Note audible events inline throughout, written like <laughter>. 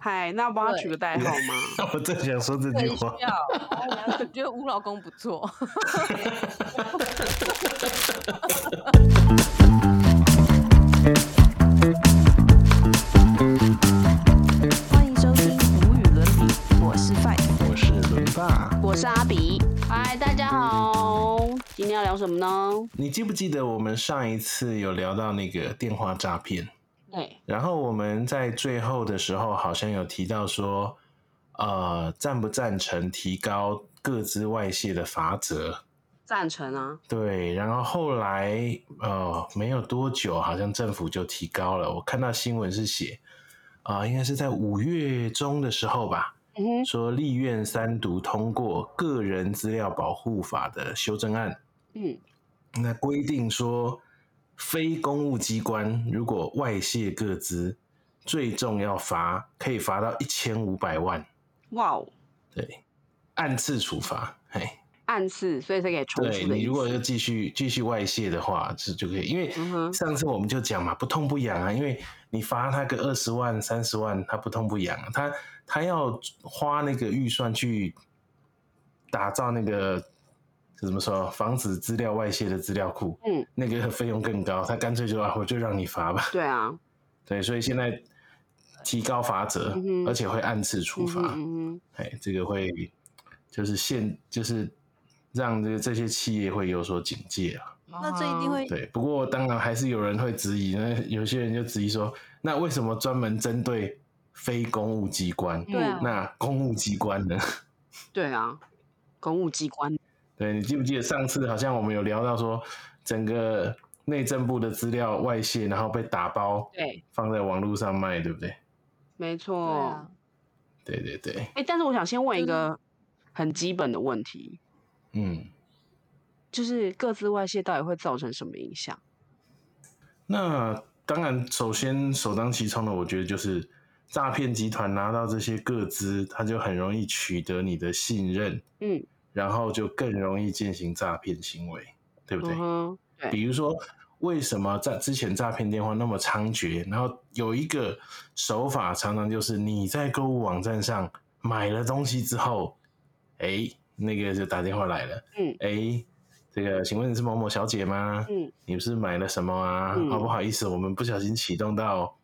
嗨，那帮他取个代号吗？ <laughs> 我正想说这句很需话， <laughs> 要。哦我觉得吴老公不错，欢迎收听《无与伦比》，我是 Five，我是伦爸。我是阿比。嗨，大家好，今天要聊什么呢？你记不记得我们上一次有聊到那个电话诈骗？哎，然后我们在最后的时候好像有提到说，呃，赞不赞成提高各自外泄的罚则？赞成啊，对，然后后来呃没有多久，好像政府就提高了。我看到新闻是写，啊、应该是在五月中的时候吧，嗯哼，说立院三读通过《个人资料保护法》的修正案，嗯，那规定说，非公务机关如果外泄个资，最重要罚可以罚到一千五百万，哇哦，对，按次处罚。哎，暗示，所以才给重对复的你意如果思。要继续继续外泄的话，是就可以，因为嗯哼上次我们就讲嘛，不痛不痒啊，因为你罚他个二十万、三十万，他不痛不痒啊，他他要花那个预算去打造那个。怎么说？防止资料外泄的资料库，嗯，那个费用更高，他干脆就啊，我就让你罚吧。对啊，对，所以现在提高罚则，嗯哼而且会按次处嗯罚。哼嗯哎，这个会就是限，就是让这这些企业会有所警戒啊。哼，那这一定哦会对，不过当然还是有人会质疑，那有些人就质疑说，那为什么专门针对非公务机关？对啊那公务机关呢？ <laughs> 对啊，公务机关，对你记不记得上次好像我们有聊到说，整个内政部的资料外泄，然后被打包对，放在网络上卖，对不对？没错。对哎、啊，对对对，但是我想先问一真的，个很基本的问题，嗯。就是各自外泄到底会造成什么影响？那当然，首先首当其冲的，我觉得就是诈骗集团拿到这些个资，他就很容易取得你的信任，嗯，然后就更容易进行诈骗行为，对不对？嗯哼，对，比如说，为什么在之前诈骗电话那么猖獗？然后有一个手法，常常就是你在购物网站上买了东西之后，哎，那个就打电话来了，嗯哎，这个请问你是某某小姐吗？嗯，你是买了什么啊？嗯哦，不好意思，我们不小心启动到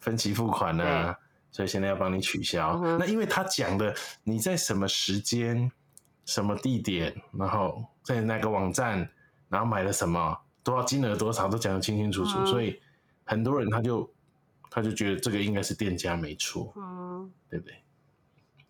分期付款啊，所以现在要帮你取消。嗯哼那因为他讲的你在什么时间、什么地点，然后在哪个网站，然后买了什么，多少金额多少都讲得清清楚楚，嗯所以很多人他就他就觉得这个应该是店家没错，嗯，对不对？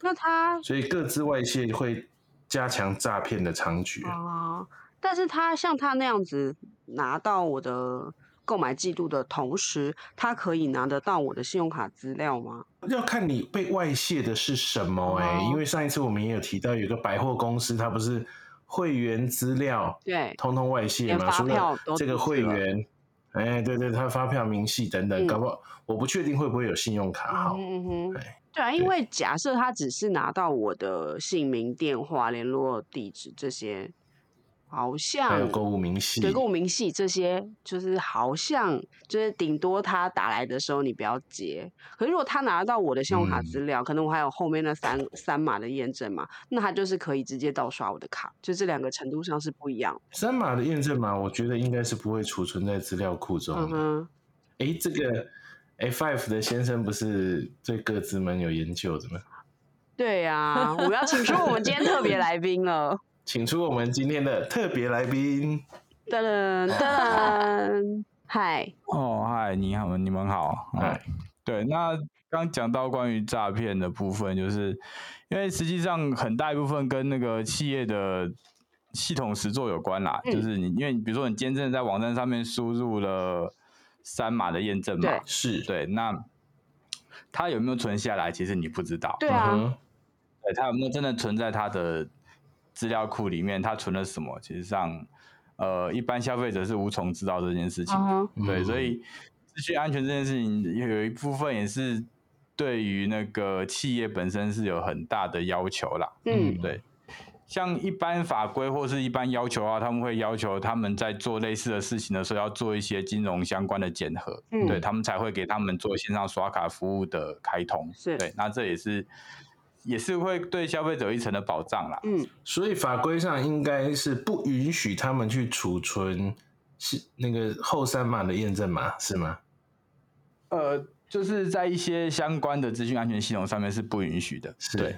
那他所以各自外泄会加强诈骗的猖獗。啊哦，但是他像他那样子拿到我的购买记录的同时，他可以拿得到我的信用卡资料吗？要看你被外泄的是什么哎、哦因为上一次我们也有提到，有一个百货公司，它不是会员资料对，通通外泄连嘛，发除了票都这个出去会了员，哎，对对，他发票明细等等，嗯搞不好我不确定会不会有信用卡号，嗯哼嗯哼对，对啊，因对为假设他只是拿到我的姓名、电话、联络地址这些，好还像有购物明细，对购物明细这些，就是好像就是顶多他打来的时候你不要接。可是如果他拿到我的信用卡资嗯料，可能我还有后面那三三码的验证嘛，那他就是可以直接盗刷我的卡，就这两个程度上是不一样的。三码的验证码，我觉得应该是不会储存在资料库中嗯的。哼，哎、这个 F Five 的先生不是对各自们有研究的吗？对啊，我们要请出我们今天特 <laughs> 别来宾了，请出我们今天的特别来宾。噔噔噔，嗨，哦，嗨，你好，你们好。嗯嗨，对，那刚讲到关于诈骗的部分，就是因为实际上很大一部分跟那个企业的系统实作有关啦，嗯就是你因为你比如说你今天真的在网站上面输入了三码的验证码对，是，对，那它有没有存下来，其实你不知道。对嗯啊，哼。对，它有没有真的存在它的资料库里面？它存了什么？其实上，呃，一般消费者是无从知道这件事情的。嗯哼，嗯对，所以资讯安全这件事情有有一部分也是对于那个企业本身是有很大的要求啦。嗯对，像一般法规或是一般要求啊，他们会要求他们在做类似的事情的时候，要做一些金融相关的检核，嗯对他们才会给他们做线上刷卡服务的开通。是对，那这也是也是会对消费者有一层的保障啦。嗯，所以法规上应该是不允许他们去储存是那个后三码的验证码，是吗？呃，就是在一些相关的资讯安全系统上面是不允许的，是对，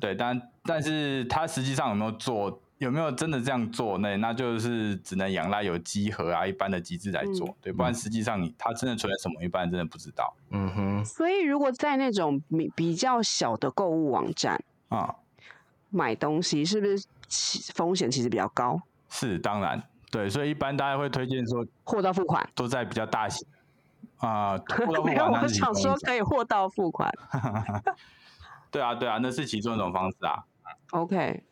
对，但但是它实际上有没有做，有没有真的这样做，那那就是只能仰赖有机核啊一般的机制来嗯做，对，不然实际上你它真的存在什么，一般人真的不知道嗯哼，所以如果在那种比比较小的购物网站啊、买东西，是不是其风险其实比较高？是当然，对，所以一般大家会推荐说货到付款，都在比较大型 <laughs> 啊，货到付没有，款那我是其想中一说种可以货到付款。对啊对啊，那是其中一种方式啊， OK，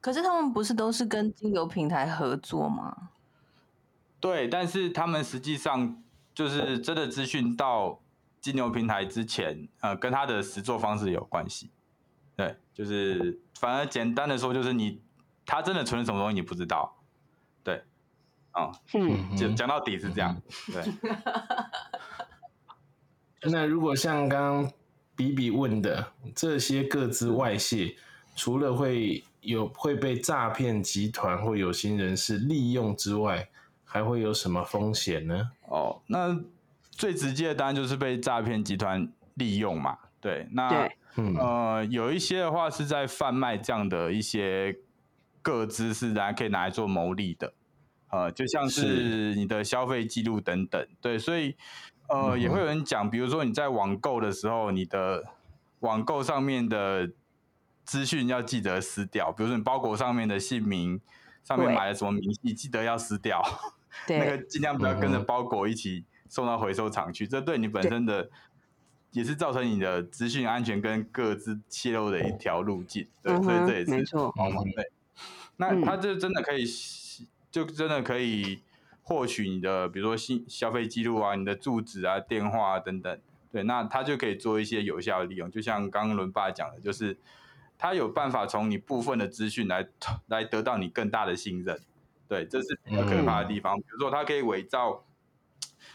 可是他们不是都是跟金流平台合作吗？对，但是他们实际上就是真的资讯到金牛平台之前，呃，跟他的实作方式有关系。对，就是反而简单的说，就是你他真的存了什么东西你不知道。对，啊、嗯，嗯讲哼。讲到底是这样。对，那如果像刚刚比比问的，这些各自外泄，除了会有会被诈骗集团或有心人士利用之外，还会有什么风险呢？哦，那最直接的当然就是被诈骗集团利用嘛。对，那对嗯，呃，有一些的话是在贩卖这样的一些个资，是拿可以拿来做牟利的，呃，就像是你的消费记录等等，对，所以呃，也会有人讲，比如说你在网购的时候，你的网购上面的资讯要记得撕掉，比如说你包裹上面的姓名，上面对买了什么明细，记得要撕掉。那个对，尽量不要跟着嗯哼包裹一起送到回收厂去，这对你本身的也是造成你的资讯安全跟各自泄露的一条路径。对，嗯所以哼这也是没错哦对，那嗯他就真的可以，就真的可以获取你的，比如说信消费记录啊、你的住址啊、电话啊等等。对，那他就可以做一些有效的利用，就像刚刚伦爸讲的，就是他有办法从你部分的资讯来来得到你更大的信任。对，这是比较可怕的地方。比如说，他可以伪造，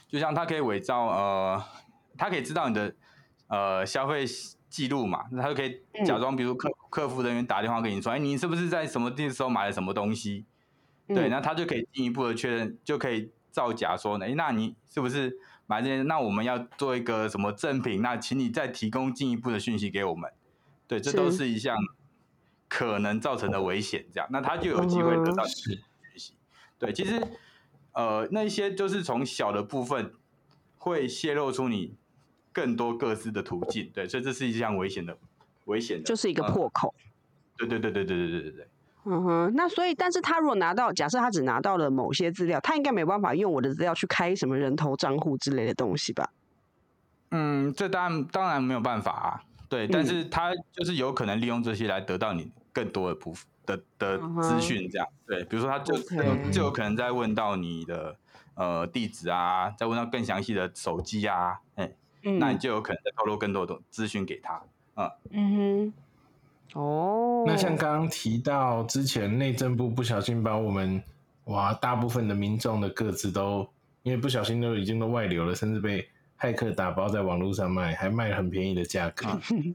就像他可以伪造呃，他可以知道你的呃消费记录嘛，那他就可以嗯假装，比如客客服人员打电话给你说，哎，你是不是在什么地时候买了什么东西？对，嗯那他就可以进一步的确认，就可以造假说，哎，那你是不是买这些？那我们要做一个什么赠品？那请你再提供进一步的讯息给我们。对，这都是是一项可能造成的危险，这样，那他就有机会得哦到你的讯息。对，其实呃，那些就是从小的部分会泄露出你更多各自的途径，对，所以这是一项危险的，危险的，就是一个嗯破口。对对对对对对对对对。嗯哼，那所以，但是他如果拿到，假设他只拿到了某些资料，他应该没办法用我的资料去开什么人头账户之类的东西吧？嗯，这当然当然没有办法啊，对，但嗯是他就是有可能利用这些来得到你更多的部分的的嗯哼资讯，这样、对，比如说他就嗯 OK 就有可能在问到你的呃地址啊，再问到更详细的手机啊，哎、嗯那你就有可能再透露更多的资讯给他。嗯哼，哦，那像刚刚提到之前内政部不小心把我们哇大部分的民众的个资都因为不小心都已经都外流了，甚至被骇客打包在网络上卖，还卖了很便宜的价格。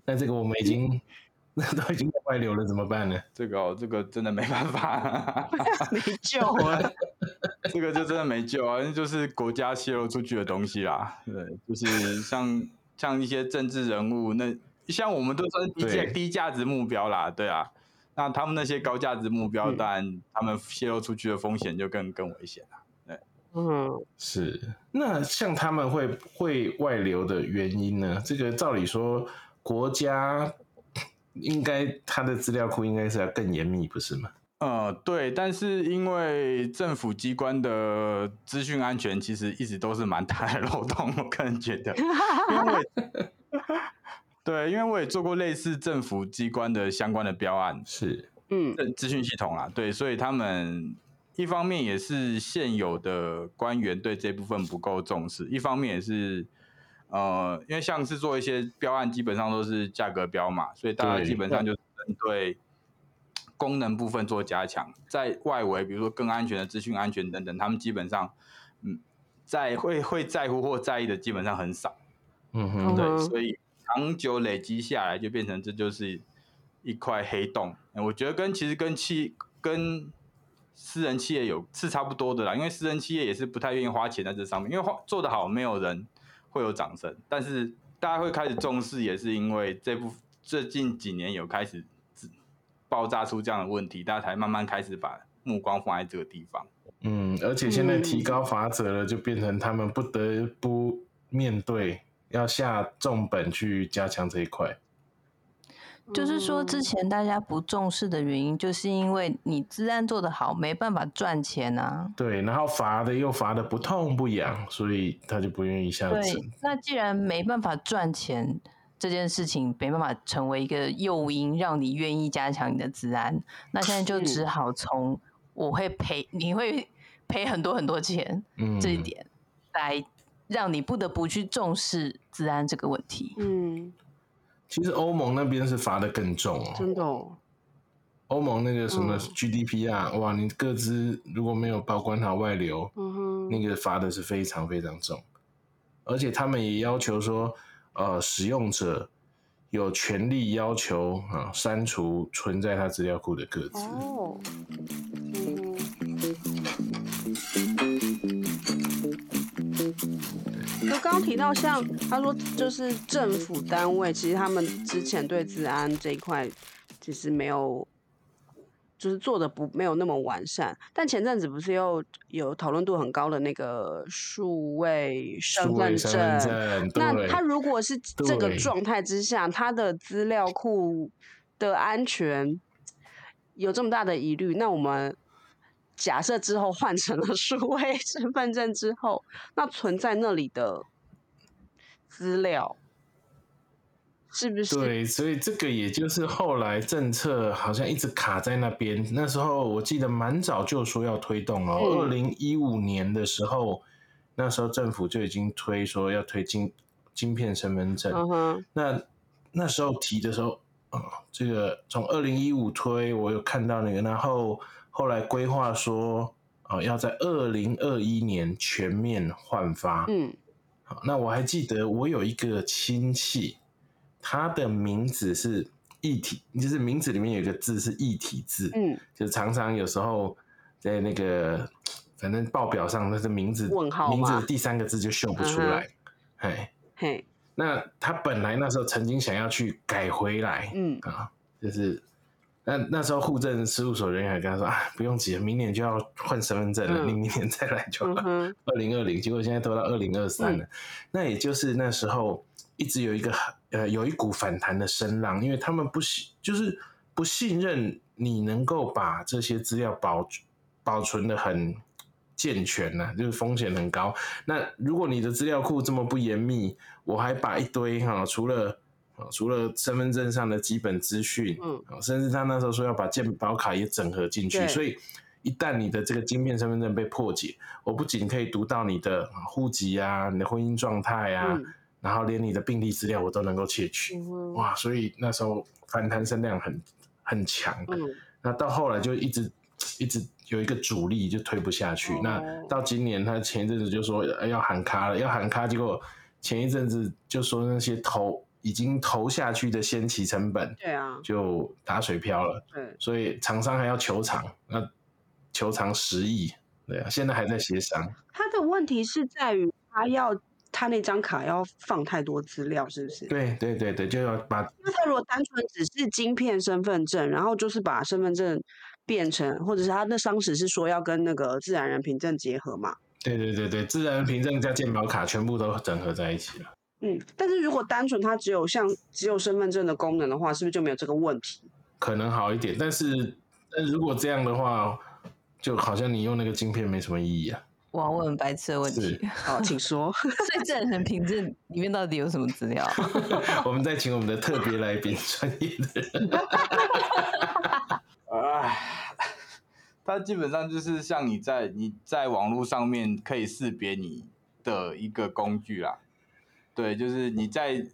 那这个我们已经 <laughs> 那都已经外流了，怎么办呢？这个、哦、这个真的没办法，没救 <laughs> 了，这个就真的没救啊！那就是国家泄露出去的东西啦，对，就是像像一些政治人物，那像我们都算是低价对低价值目标啦，对啊。那他们那些高价值目标，嗯当然他们泄露出去的风险就更更危险了。嗯，是，那像他们会会外流的原因呢？这个照理说，国家应该它的资料库应该是要更严密，不是吗？呃，对，但是因为政府机关的资讯安全其实一直都是蛮大的漏洞，我个人觉得，因为我也对，因为我也做过类似政府机关的相关的标案，是， <laughs> 嗯，资资讯系统啦，对，所以他们一方面也是现有的官员对这部分不够重视，一方面也是呃，因为像是做一些标案，基本上都是价格标嘛，所以大家对基本上就是针对功能部分做加强，在外围，比如说更安全的资讯安全等等，他们基本上，嗯，在会会在乎或在意的基本上很少。哦嗯嗯哼，对，哼所以长久累积下来，就变成这就是一块黑洞。呃我觉得跟其实跟企跟私人企业有是差不多的啦，因为私人企业也是不太愿意花钱在这上面，因为花做得好，没有人会有掌声。但是大家会开始重视，也是因为这部最近几年有开始自爆炸出这样的问题，大家才慢慢开始把目光放在这个地方。嗯，而且现在提高罚则了，就变成他们不得不面对，要下重本去加强这一块。就是说，之嗯前大家不重视的原因，就是因为你治安做得好，没办法赚钱啊。对，然后罚的又罚的不痛不痒，所以他就不愿意下对整。，那既然没办法赚钱，这件事情没办法成为一个诱因，让你愿意加强你的治安，那现在就只是好从我会赔，你会赔很多很多钱嗯，这一点，来让你不得不去重视治安这个问题。嗯，其实欧盟那边是罚的更重哦。真的、哦，欧盟那个什么嗯 GDP 啊，哇，你各自如果没有保管好外流，嗯哼，那个罚的是非常非常重，而且他们也要求说，呃，使用者有权利要求啊删除存在他资料库的个资。哦，嗯就刚刚提到，像他说，就是政府单位，其实他们之前对治安这一块其实没有，就是做的不没有那么完善。但前阵子不是又有讨论度很高的那个数位身数份位证身，份证，那对他如果是这个对状态之下，他的资料库的安全有这么大的疑虑，那我们假设之后换成了 <laughs> 数位身份证之后，那存在那里的资料是不是？对，所以这个也就是后来政策好像一直卡在那边。那时候我记得蛮早就说要推动哦，二嗯零一五年的时候，那时候政府就已经推说要推晶晶片身份证。嗯哼，那那时候提的时候啊、这个从二零一五推，我有看到那个，然后后来规划说啊、要在二零二一年全面换发。嗯，好，那我还记得我有一个亲戚，他的名字是异体，就是名字里面有一个字是异体字，嗯，就是常常有时候在那个反正报表上他的名字问号名字嘛的第三个字就秀不嗯出哼来，哎、嘿，那他本来那时候曾经想要去改回来，嗯啊，就是那那时候户政事务所人员还跟他说啊，不用急，明年就要换身份证了，嗯你明年再来就好嗯了。哼，二零二零，结果现在都到二零二三了。那也就是那时候一直有一个呃有一股反弹的声浪，因为他们不信，就是不信任你能够把这些资料保保存的很健全呐、就是风险很高。那如果你的资料库这么不严密，我还把一堆哈、除了啊除了身份证上的基本资讯， <laughs> 嗯啊，甚至他那时候说要把健保卡也整合进去，对所以一旦你的这个晶片身份证被破解，我不仅可以读到你的啊户籍啊、你的婚姻状态啊，嗯然后连你的病历资料我都能够窃取，嗯哼，哇！所以那时候反弹声量很很强，嗯，那到后来就一直一直有一个阻力，就推不下去。哦那到今年，他前一阵子就说呃要喊卡了，要喊卡，结果前一阵子就说那些投已经投下去的先期成本对啊，就打水漂了，对，所以厂商还要求偿，那求偿十亿，对啊，现在还在协商。他的问题是在于他要他那张卡要放太多资料，是不是？对对对对，就要把那他如果单纯只是晶片身份证，然后就是把身份证变成，或者是他那当时是说要跟那个自然人凭证结合嘛？对对对对，自然凭证加健保卡全部都整合在一起了。嗯，但是如果单纯它只有像只有身份证的功能的话，是不是就没有这个问题？可能好一点，但是但如果这样的话，就好像你用那个晶片没什么意义啊。 <laughs> 哇，我很白痴的问是题，好，请说。<laughs> <laughs> 所以证人凭证里面到底有什么资料？啊我们再请我们的特别来宾，专业的人。 <laughs> 唉，它基本上就是像你在你在网络上面可以识别你的一个工具啦。对，就是你在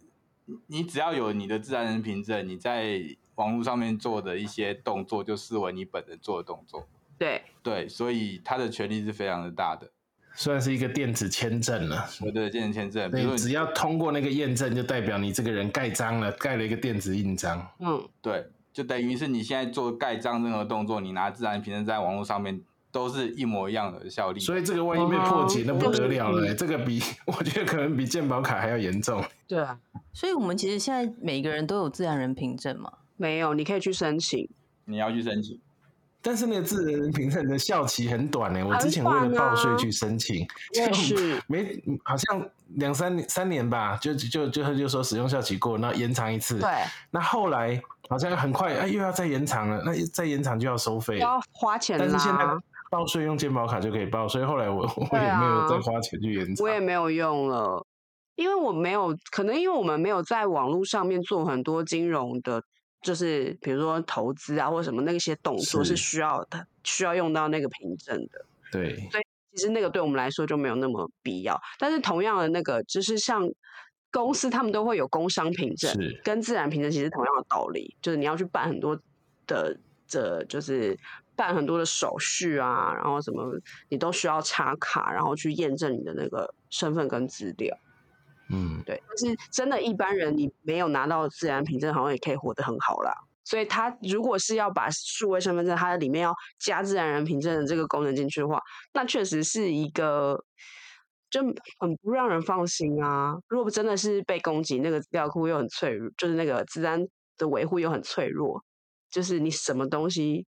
你只要有你的自然人凭证，你在网络上面做的一些动作，就视为你本人做的动作。对，对，所以他的权力是非常的大的。算是一个电子签证了。对对，见人签证，比如对，说只你要通过那个验证，就代表你这个人盖章了，盖了一个电子印章。嗯，对，就等于是你现在做盖章任何动作，你拿自然凭证在网络上面都是一模一样的效力。所以这个万一被破解，那不得了了、欸哦这个比 <laughs> 我觉得可能比健保卡还要严重。对啊，所以我们其实现在每个人都有自然人凭证嘛。没有，你可以去申请。你要去申请，但是那个自然凭证的效期很短呢、我之前为很了短啊报税去申请，我也是，没好像两三年三年吧，就就就就说使用效期过，那延长一次。那后来好像很快，哎，又要再延长了，那再延长就要收费了。要花钱但是现在啦，报税用健保卡就可以报，所以后来我 <laughs> 我对也啊没有再花钱去延长。我也没有用了，因为我没有，可能因为我们没有在网络上面做很多金融的，就是比如说投资啊或什么那些动作是是需要的，需要用到那个凭证的。对，其实那个对我们来说就没有那么必要。但是同样的那个，就是像公司他们都会有工商凭证是，跟自然凭证其实同样的道理，就是你要去办很多的这就是。办很多的手续啊，然后什么你都需要插卡，然后去验证你的那个身份跟资料。嗯，对，但是真的，一般人你没有拿到自然凭证，好像也可以活得很好啦。所以他如果是要把数位身份证，它的里面要加自然人凭证的这个功能进去的话，那确实是一个就很不让人放心啊。如果真的是被攻击，那个资料库又很脆弱，就是那个治安的维护又很脆弱，就是你什么东西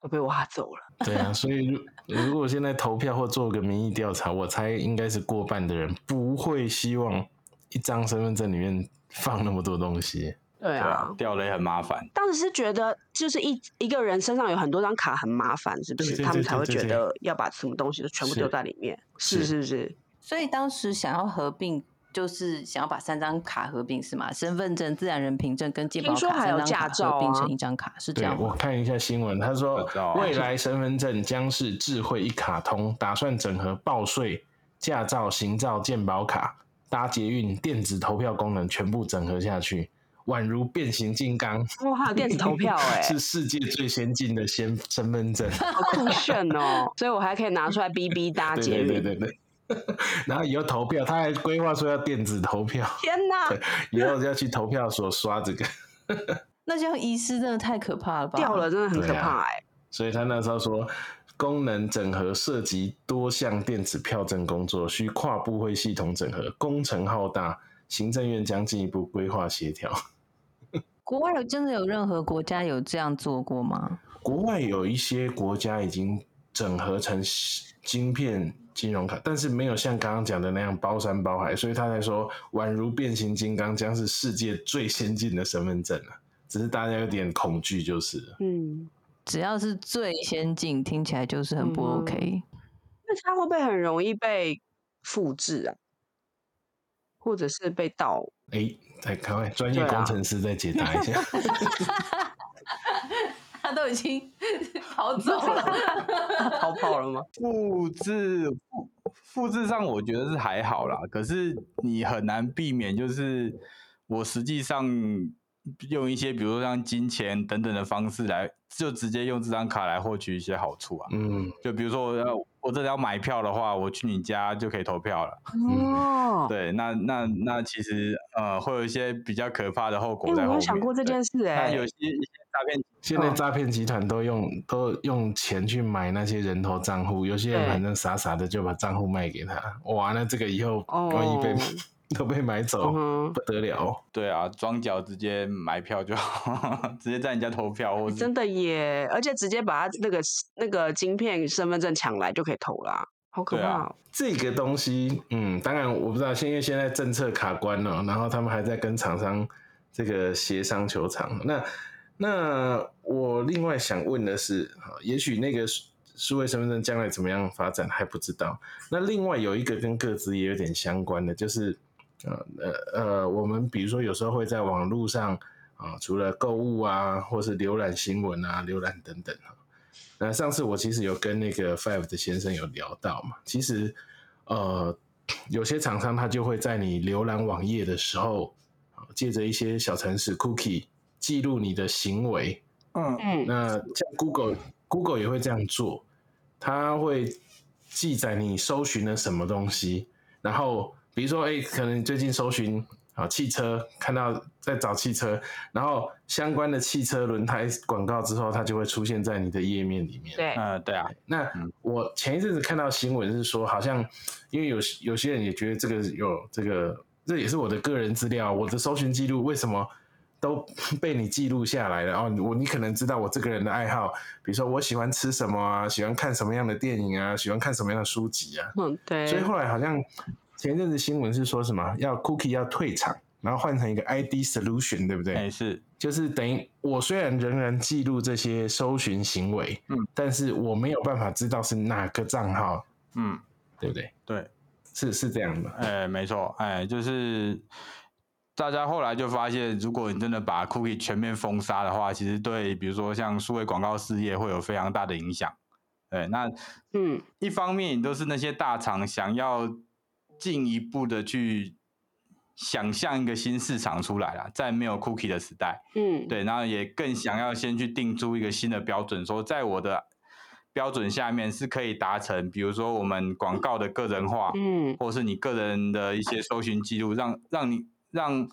都被挖走了。对啊，所以如如果现在投票或做个民意调查，我猜应该是过半的人不会希望一张身份证里面放那么多东西。对对啊啊，，掉了也很麻烦。当时是觉得，就是一一个人身上有很多张卡很麻烦，是不对是？对他们对才对会对觉对得要把什么东西都全部丢是在里面。是是是是， <laughs> 所以当时想要合并，就是想要把三张卡合并是吗？身份证、自然人凭证跟健保听说卡还有三张卡驾照合并啊成一张卡，是这对样我吗？看一下新闻，他说我知道啊未来身份证将是智慧一卡通，打算整合报税、驾照、行照、健保卡、搭捷运、电子投票功能全部整合下去，宛如变形金刚。哇，还有电子投票哎、 <laughs> 是世界最先进的先身份证。好酷炫哦！所以我还可以拿出来 BB 搭对捷对对运。对 <laughs> 对。然后以后投票，他还规划说要电子投票，天哪，以后要去投票所刷这个。那这样遗失真的太可怕了吧？掉了真的很可对啊怕哎、所以他那时候说，功能整合涉及多项电子票证工作，需跨部会系统整合，工程浩大。行政院将进一步规划协调。国外有真的有任何国家有这样做过吗？国外有一些国家已经整合成晶片金融卡，但是没有像刚刚讲的那样包山包海，所以他才说宛如变形金刚将是世界最先进的身份证了、啊只是大家有点恐惧就是了。嗯，只要是最先进，听起来就是很不嗯 <laughs> OK。那它会不会很容易被复制啊？或者是被盗？哎、来赶快专业对啊工程师再解答 <laughs> 一下。他都 <laughs> 已经逃走了， <laughs> 逃跑了吗？ <laughs> 复制复复制上，我觉得是还好啦，可是你很难避免，就是我实际上用一些，比如说像金钱等等的方式来，就直接用这张卡来获取一些好处啊。嗯，就比如说我要我真的要买票的话，我去你家就可以投票了。嗯哦，对，那那那其实呃，会有一些比较可怕的后因果为在我后没有面。想过这对件事那哎、有些一些诈骗现嗯在诈骗集团都用都用钱去买那些人头账户，有些人对反正傻傻的就把账户卖给他。哇，那这个以后哦万一被、都被买 <laughs> 走，嗯哼不得了哦。对啊，装脚直接买票就好，直接在人家投票，或是真的耶！而且直接把他那个那个晶片身份证抢来就可以投啦，好可对怕、啊哦！这个东西，嗯，当然我不知道，现因为现在政策卡关了，然后他们还在跟厂商这个协商求偿。那那我另外想问的是，好也许那个数数位身份证将来怎么样发展还不知道。那另外有一个跟各自也有点相关的，就是呃呃呃，我们比如说有时候会在网络上啊、除了购物啊，或是浏览新闻啊、浏览等等啊那上次我其实有跟那个 Five 的先生有聊到嘛，其实呃，有些厂商他就会在你浏览网页的时候，啊借着一些小程式 cookie 记录你的行为。嗯嗯，那像 Google Google 也会这样做，它会记载你搜寻了什么东西，然后比如说，哎、可能你最近搜寻啊汽车，看到在找汽车，然后相关的汽车轮胎广告之后，它就会出现在你的页面里面。对，嗯，对啊，那嗯我前一阵子看到新闻是说，好像因为有有些人也觉得这个有这个，这也是我的个人资料，我的搜寻记录为什么都 <laughs> 被你记录下来了？哦，你我你可能知道我这个人的爱好，比如说我喜欢吃什么啊，喜欢看什么样的电影啊，喜欢看什么样的书籍啊。嗯，对，所以后来好像前一阵子新闻是说什么要 Cookie 要退场，然后换成一个 ID Solution，对不对？哎是，就是等于我虽然仍然记录这些搜寻行为，嗯，但是我没有办法知道是哪个账号，嗯，对不对？对，是是这样的，哎，没错，哎，就是大家后来就发现，如果你真的把 cookie 全面封杀的话，其实对比如说像数位广告事业会有非常大的影响。对，那嗯，一方面都是那些大厂想要进一步的去想象一个新市场出来啦，在没有 cookie 的时代，嗯，对，然后也更想要先去定出一个新的标准，说在我的标准下面是可以达成，比如说我们广告的个人啊化，嗯，或是你个人的一些搜寻记录，让让你让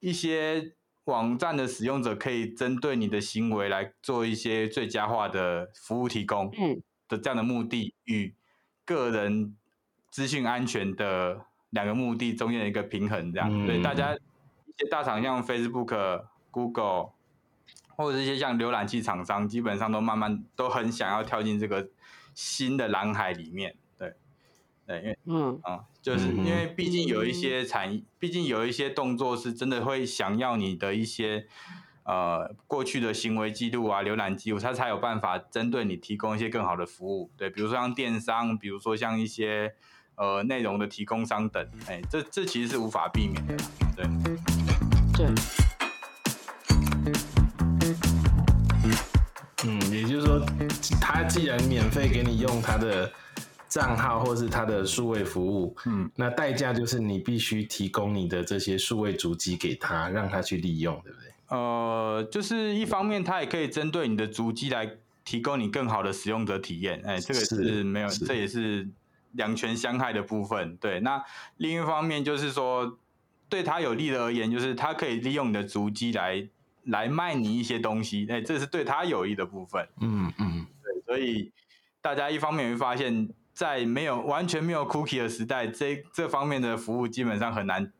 一些网站的使用者可以针对你的行为来做一些最佳化的服务提供，嗯的这样的目的与个人资讯安全的两个目的中间的一个平衡，这样、嗯对大家一些大厂像 Facebook、Google。或者是一些像浏览器厂商，基本上都慢慢都很想要跳进这个新的蓝海里面，对，对，因为嗯，啊、就是嗯哼因为毕竟有一些产业，毕竟有一些动作是真的会想要你的一些呃过去的行为记录啊、浏览记录，它才有办法针对你提供一些更好的服务。对，比如说像电商，比如说像一些呃内容的提供商等，哎、这这其实是无法避免的。对，对，嗯，也就是说，他既然免费给你用他的账号或是他的数位服务，嗯，那代价就是你必须提供你的这些数位足迹给他，让他去利用，对不对？呃，就是一方面它也可以针对你的足迹来提供你更好的使用者体验，哎，这个是是没有，是这也是两全相害的部分。对，那另一方面就是说，对他有利的而言，就是他可以利用你的足迹来来卖你一些东西，哎，这是对他有益的部分。嗯嗯，对，所以大家一方面会发现，在没有完全没有 cookie 的时代，这这方面的服务基本上很难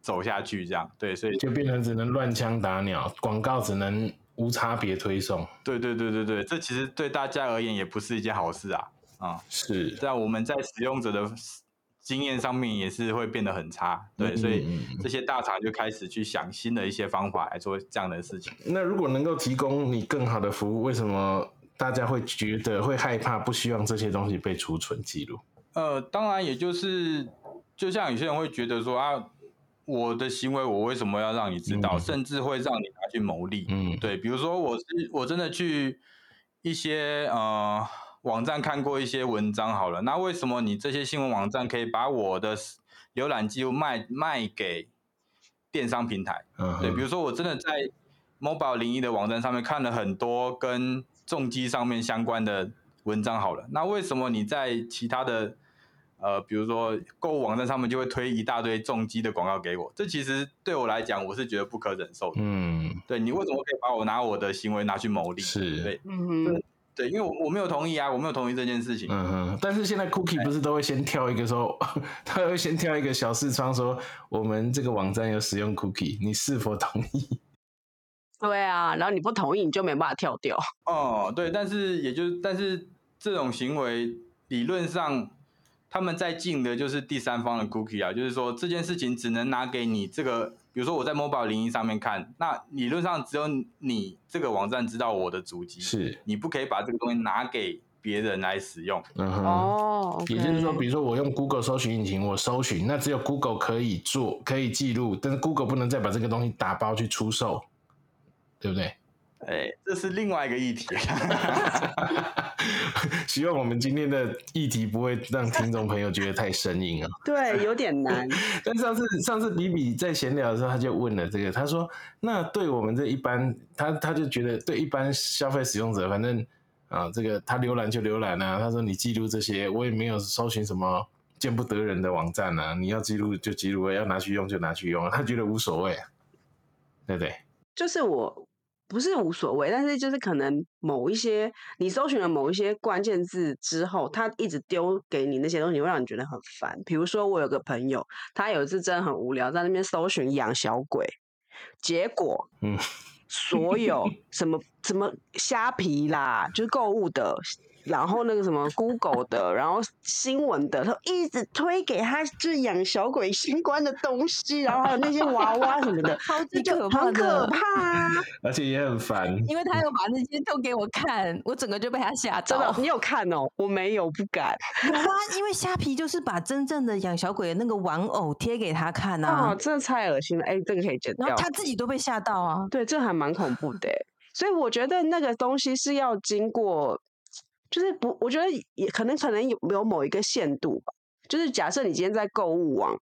走下去，这样对，所以就变成只能乱枪打鸟，广告只能无差别推送，对对对对对，这其实对大家而言也不是一件好事啊啊！是，在、我们在使用者的经验上面也是会变得很差，对，所以嗯嗯嗯这些大厂就开始去想新的一些方法来做这样的事情。那如果能够提供你更好的服务，为什么大家会觉得会害怕，不希望这些东西被储存记录？呃，当然，也就是就像有些人会觉得说啊，我的行为我为什么要让你知道，嗯甚至会让你拿去牟利，嗯，对，比如说我是我真的去一些呃网站看过一些文章好了，那为什么你这些新闻网站可以把我的 s- 浏览记录卖卖给电商平台？嗯对，比如说我真的在 Mobile 零一的网站上面看了很多跟重机上面相关的文章好了，那为什么你在其他的呃，比如说购物网站上面就会推一大堆重机的广告给我？这其实对我来讲，我是觉得不可忍受的。嗯，对你为什么可以把我拿我的行为拿去牟利？是对嗯哼，对，因为我我没有同意啊，我没有同意这件事情。嗯哼，但是现在哎 Cookie 不是都会先跳一个说， <laughs> 他会先跳一个小视窗说，我们这个网站有使用 Cookie，你是否同意？对啊，然后你不同意，你就没办法跳掉。哦，对，但是也就是但是这种行为理论上他们在进的就是第三方的 cookie 啊，就是说这件事情只能拿给你这个，比如说我在 mobile 零一上面看，那理论上只有你这个网站知道我的足迹，是，你不可以把这个东西拿给别人来使用。嗯哼。哦，也就是说，比如说我用 Google 搜寻引擎，我搜寻，那只有 Google 可以做，可以记录，但是 Google 不能再把这个东西打包去出售，对不对？哎，这是另外一个议 <laughs> 题。 <laughs> 希望我们今天的议题不会让听众朋友觉得太生硬 <laughs> 啊。对，有点难。但上次上次比比在闲聊的时候，他就问了这个，他说：“那对我们这一般，他他就觉得对一般消费使用者，反正啊，这个他浏览就浏览啊。他说你记录这些，我也没有搜寻什么见不得人的网站啊，你要记录就记录，要拿去用就拿去用啊，他觉得无所谓啊，对不对？就是我不是无所谓，但是就是可能某一些你搜寻了某一些关键字之后，它一直丢给你那些东西，会让你觉得很烦。比如说，我有个朋友，他有一次真的很无聊，在那边搜寻养小鬼，结果嗯， <laughs> 所有什么什么虾皮啦，就是购物的，然后那个什么 Google 的，然后新闻的，他一直推给他就是养小鬼相关的东西，然后还有那些娃娃什么的超级 <laughs> 你就可怕很可的，怕啊！而且也很烦。因为他又把那些都给我看，我整个就被他吓真的到，。你有看哦？我没有，不敢。有啊，因为虾皮就是把真正的养小鬼的那个玩偶贴给他看啊，哦，真的太恶心了！哎、这个可以剪然掉后。他自己都被吓到啊。对，这还蛮恐怖的欸。所以我觉得那个东西是要经过，就是不，我觉得也可能可能有有某一个限度吧。就是假设你今天在购物网，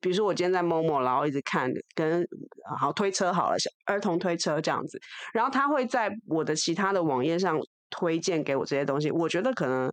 比如说我今天在某某，然后一直看跟啊好推车好了，小儿童推车这样子，然后他会在我的其他的网页上推荐给我这些东西，我觉得可能。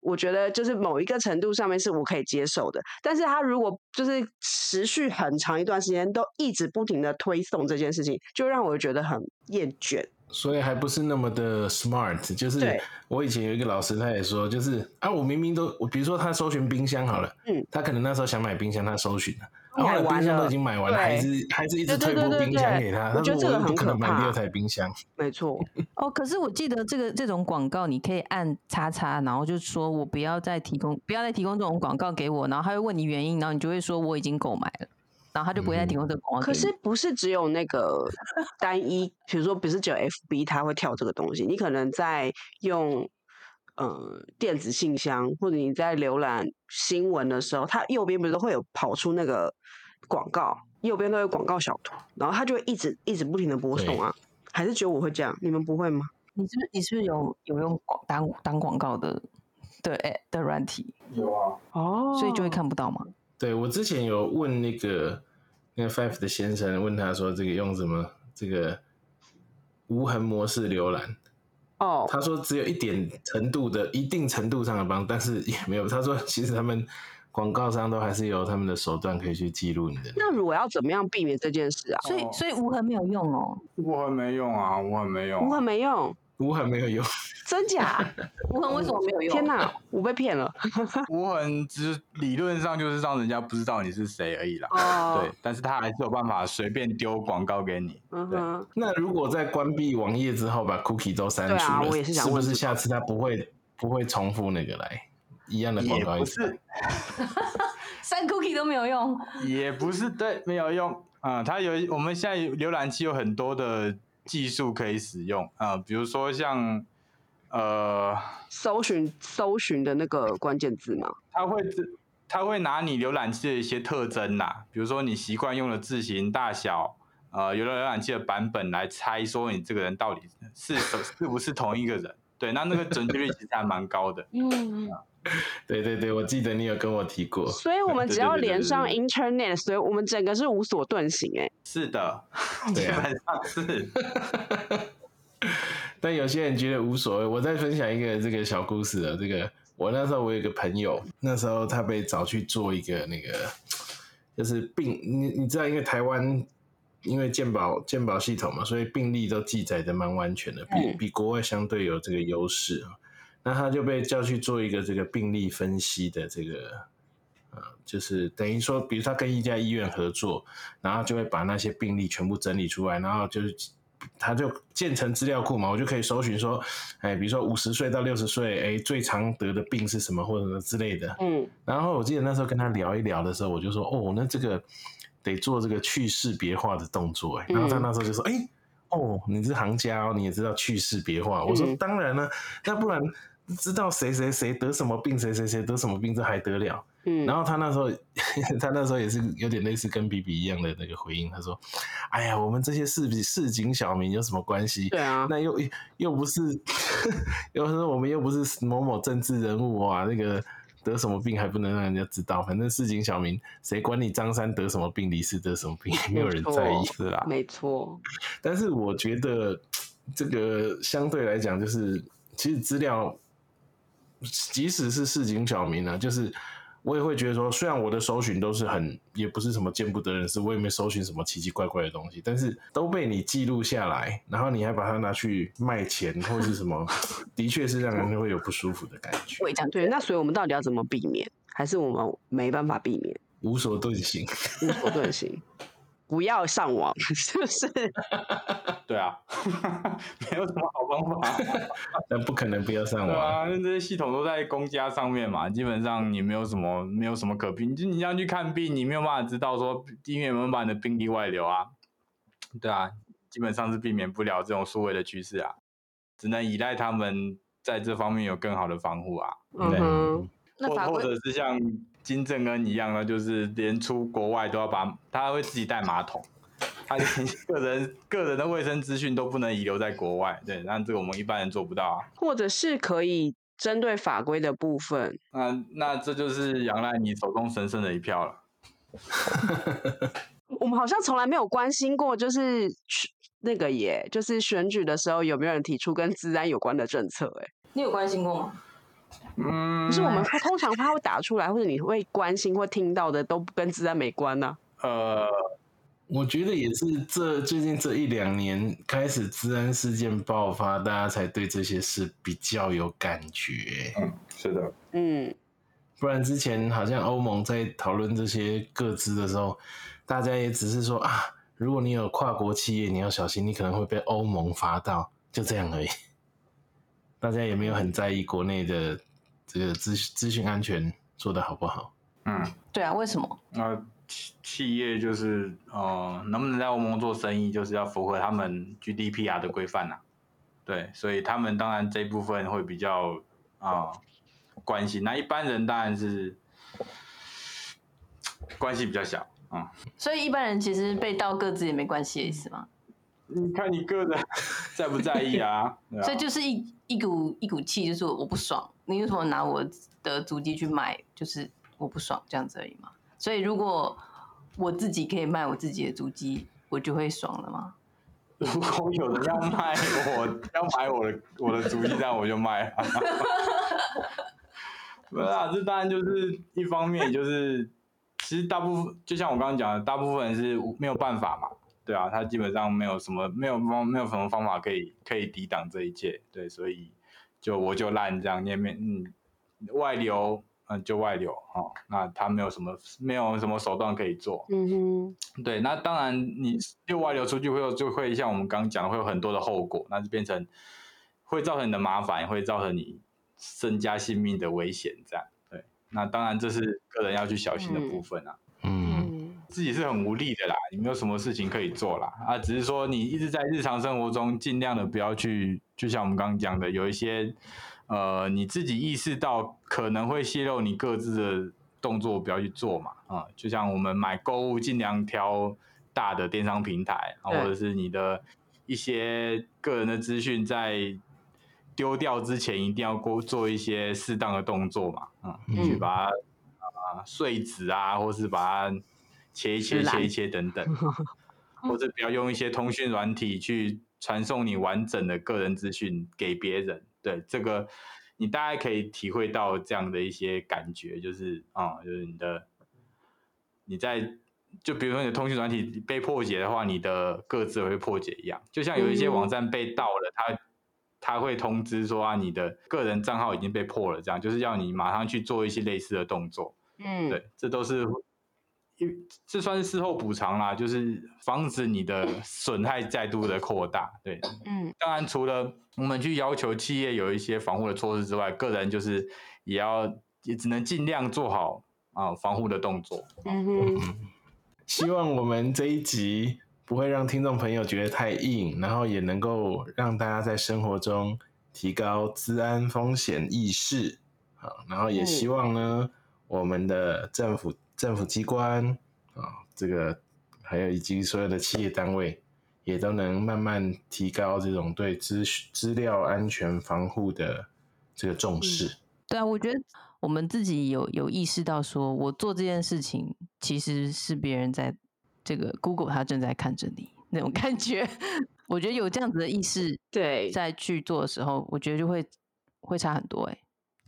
我觉得就是某一个程度上面是我可以接受的，但是他如果就是持续很长一段时间都一直不停的推送这件事情，就让我觉得很厌倦。所以还不是那么的 smart。就是对我以前有一个老师，他也说，就是啊，我明明都，我比如说他搜寻冰箱好了，嗯，他可能那时候想买冰箱，他搜寻了，都然后买后来完冰箱都了已经买完了，对还是还是一直对推对播对对冰箱对给他。我觉得这他说个我又很不可可能买怕第二台冰箱，没错，哦，可是我记得这个这种广告，你可以按叉叉，然后就说我不要再提供，不要再提供这种广告给我，然后他会问你原因，然后你就会说我已经购买了，然后他就不会再提供这个广告给可你。是不是只有那个单一，比如说不是只有 FB 它会跳这个东西，你可能在用呃电子信箱，或者你在浏览新闻的时候，它右边不是都会有跑出那个广告，右边都有广告小图，然后它就会一直一直不停的播对送啊。还是觉得我会这样，你们不会吗？你是不是你是不是有有用广当当广告的的 app 的软体，有啊，哦所以就会看不到吗？对我之前有问那个那个 Five 的先生，问他说这个用什么这个无痕模式浏览，哦，他说只有一点程度的一定程度上的帮助，但是也没有。他说其实他们广告商都还是有他们的手段可以去记 <laughs> 录你的。那如果要怎么样避免这件事啊？所以哦所以无痕没有用哦，无痕没用啊，无痕没无用啊、痕没用，无痕没有用，真 <laughs> 假？无痕为什么没有用？天！哪，我被骗了！ <laughs> 无痕只是理论上就是让人家不知道你是谁而已啦。哦对，，但是他还是有办法随便丢广告给你。嗯对哼，那如果在关闭网页之后把 cookie 都删除对啊了，我也是想不问是这个下次它不会不会重复那个来一样的广也告不一直来？是，删 cookie 都没有用，哦也不是对，没有用。啊、它有一我们现在有浏览器有很多的技术可以使用啊、比如说像呃，搜寻搜寻的那个关键字嘛，它会自它会拿你浏览器的一些特征啦，比如说你习惯用的字型大小，呃，有的浏览器的版本来猜说你这个人到底是是是不是同一个人。对，那那个准确率其实还蛮高的。嗯，对对对，我记得你有跟我 <laughs> 提过。所以我们哦对只对要对对连对上对 Internet，所以我们整个是无所遁形哎、是的，对基啊本上 <laughs> 是。但有些人觉得无所谓。我再分享一个这个小故事啊，这个我那时候我有一个朋友，那时候他被找去做一个那个，就是病，你你知道，因为台湾因为健保健保系统嘛，所以病例都记载的蛮完全的，比嗯比国外相对有这个优势啊。那他就被叫去做一个这个病例分析的这个，呃，就是等于说，比如他跟一家医院合作，然后就会把那些病例全部整理出来，然后就是他就建成资料库嘛，我就可以搜寻说，哎，比如说五十岁到六十岁，哎，最常得的病是什么或者什么之类的。嗯，然后我记得那时候跟他聊一聊的时候，我就说，哦，那这个得做这个去识别化的动作，哎，嗯然后他那时候就说，哎。哦，你是行家哦，你也知道去识别化。我说嗯当然了、那不然知道谁谁谁得什么病，谁谁谁得什么病，这还得了？嗯，然后他那时候， <laughs> 他那时候也是有点类似跟 B B 一样的那个回应，他说：“哎呀，我们这些市井市井小民有什么关系？对啊，那又又不是， <laughs> 又说我们又不是某某政治人物啊，那个得什么病还不能让人家知道，反正市井小民谁管你张三得什么病，李四得什么病，没有人在意。哦是啊啦，没错，但是我觉得这个相对来讲，就是其实资料，即使是市井小民啊，就是我也会觉得说，虽然我的搜寻都是很，也不是什么见不得人的事，我也没搜寻什么奇奇怪怪的东西，但是都被你记录下来，然后你还把它拿去卖钱或是什么， <laughs> 的确是让人会有不舒服的感觉，我也这样对，那所以我们到底要怎么避免？还是我们没办法避免？无所遁形。 <laughs> 无所遁形，不要上网，是不是？对啊， <laughs> 没有什么好方法。但不可能不要上对网。啊，因为这些系统都在公家上面嘛，基本上你没有什么没有什么可病，就你要去看病，你没有办法知道说医院有没有把你的病例外流啊，对啊，基本上是避免不了这种数位的趋势啊，只能依赖他们在这方面有更好的防护啊，嗯对哼，那或法或规者是像金正恩一样呢，就是连出国外都要把他会自己带马桶。他连 <laughs> 个人个人的卫生资讯都不能遗留在国外，对，那这个我们一般人做不到啊。或者是可以针对法规的部分，那那这就是杨澜你手中神圣的一票了。我们好像从来没有关心过，就是去那个耶，就是选举的时候有没有人提出跟治安有关的政策？哎，你有关心过吗？嗯可是我们会通常他会打出来，或者你会关心或听到的都不跟治安没关啊呢、呃，我觉得也是这最近这一两年开始治安事件爆发，大家才对这些事比较有感觉。是的，嗯，不然之前好像欧盟在讨论这些各资的时候，大家也只是说啊，如果你有跨国企业，你要小心，你可能会被欧盟罚到，就这样而已。大家也没有很在意国内的这个资资讯安全做得好不好。嗯，对啊，为什么？那企企业就是呃，能不能在欧盟做生意，就是要符合他们 GDPR 的规范呐、对，所以他们当然这一部分会比较啊、呃关心。那一般人当然是关系比较小。啊。所以一般人其实被盗各自也没关系的意思吗？你看你个人 <laughs> 在不在意 <laughs> 啊？对啊所以就是一一股一股气，就是我不爽，你为什么拿我的足迹去卖？就是我不爽这样子而已嘛。所以如果我自己可以卖我自己的足迹，我就会爽了吗？如果有人要卖我，要买我的我的主意，那我就卖了。不是啊，这当然就是一方面，就是其实大部分就像我刚刚讲的，大部分人是无没有办法嘛，对啊，他基本上没有什么没有方没有什么方法可以可以抵挡这一切，对，所以就我就烂这样，你也没嗯外流，嗯就外流哦，那他没有什么没有什么手段可以做，嗯哼，对，那当然你六外流出去会有就会像我们刚刚讲的，会有很多的后果，那就变成会造成你的麻烦，也会造成你身家性命的危险，这样对。那当然这是个人要去小心的部分啊，嗯，嗯，自己是很无力的啦，你没有什么事情可以做啦，啊，只是说你一直在日常生活中尽量的不要去，就像我们刚刚讲的，有一些呃你自己意识到可能会泄露你各自的动作，不要去做嘛，啊、就像我们买购物尽量挑大的电商平台，啊，对或者是你的一些个人的资讯在丢掉之前，一定要过做一些适当的动作嘛，嗯，嗯去把它啊、碎纸啊，或是把它切一切、撕烂切一切等 <laughs> 等，或者不要用一些通讯软体去传送你完整的个人资讯给别人。对这个，你大概可以体会到这样的一些感觉，就是啊、就是你的你在就比如说你的通讯软体被破解的话，你的各自会破解一样。就像有一些嗯网站被盗了，它它会通知说啊，你的个人账号已经被破了，这样就是要你马上去做一些类似的动作。嗯，对，这都是。因为这算是事后补偿啦，就是防止你的损害再度的扩大。对，嗯，当然，除了我们去要求企业有一些防护的措施之外，个人就是也要也只能尽量做好啊、防护的动作。嗯哼，希望我们这一集不会让听众朋友觉得太硬，然后也能够让大家在生活中提高治安风险意识。好，然后也希望呢，我们的政府、政府机关啊、这个还有以及所有的企业单位，也都能慢慢提高这种对资讯资料安全防护的这个重视。对啊，我觉得我们自己有有意识到说，我做这件事情其实是别人在这个 Google 它正在看着你那种感觉。 <laughs> 我觉得有这样子的意识对，在去做的时候，我觉得就会会差很多、欸。哎，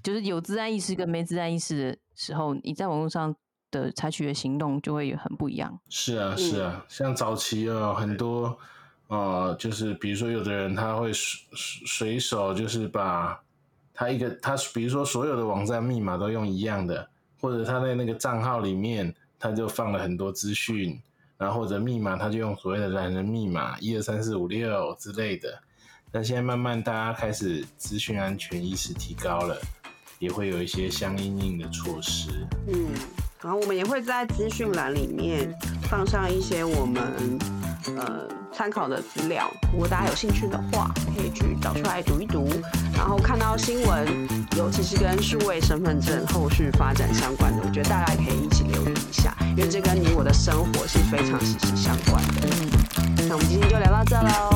就是有自然意识跟没自然意识的时候，你在网络上的采取的行动就会很不一样。是啊，是啊，像早期啊、很多呃，就是比如说有的人他会随随随手就是把他一个他比如说所有的网站密码都用一样的，或者他在那个账号里面他就放了很多资讯，然后或者密码他就用所谓的懒人密码一二三四五六之类的。但现在慢慢大家开始资讯安全意识提高了，也会有一些相应应的措施。嗯，然后我们也会在资讯栏里面放上一些我们呃参考的资料，如果大家有兴趣的话，可以去找出来读一读。然后看到新闻，尤其是跟数位身份证后续发展相关的，我觉得大家也可以一起留意一下，因为这跟你我的生活是非常息息相关的。那我们今天就聊到这喽，